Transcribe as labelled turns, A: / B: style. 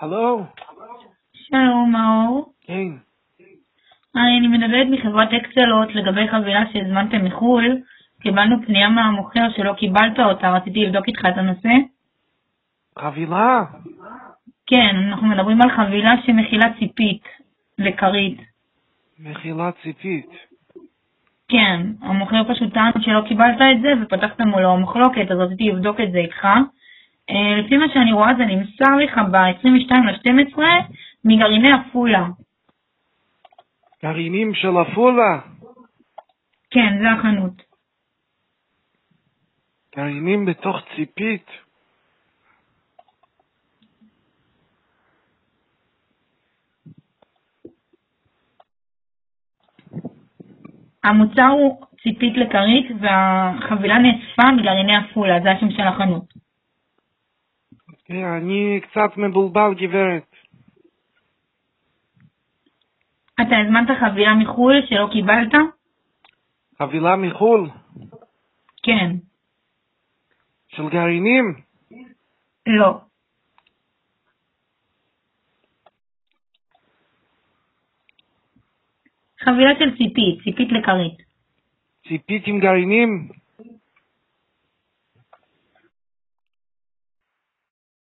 A: הלו,
B: שלום מאור,
A: כן,
B: היי, אני מדברת מחברת אקסלוט לגבי חבילה שהזמנתם מחו"ל. קיבלנו פנייה מהמוכר שלא קיבלת אותה, רציתי לבדוק איתך את הנושא.
A: חבילה,
B: כן, אנחנו מדברים על חבילה שמכילה ציפית לכרית.
A: מחילה ציפית.
B: כן, המוכר פשוט טען שלא קיבלת את זה ופתחת מולו מחלוקת, אז רציתי לבדוק את זה איתך. אה, לפי מה שאני רואה זה נמסר לך ב-22 ל-12 מגרעיני עפולה.
A: גרעינים של עפולה,
B: כן, זה החנות.
A: גרעינים בתוך ציפית.
B: המוצר הוא ציפית לכרית והחבילה נאספה מגרעיני עפולה, זה השם של החנות.
A: כן, אני קצת מבולבל, גברת.
B: אתה הזמנת חבילה מחו"ל שלא קיבלת?
A: חבילה מחו"ל,
B: כן.
A: של גרעינים.
B: לא. חבילה של ציפית, ציפית לכרית.
A: ציפית עם גרעינים?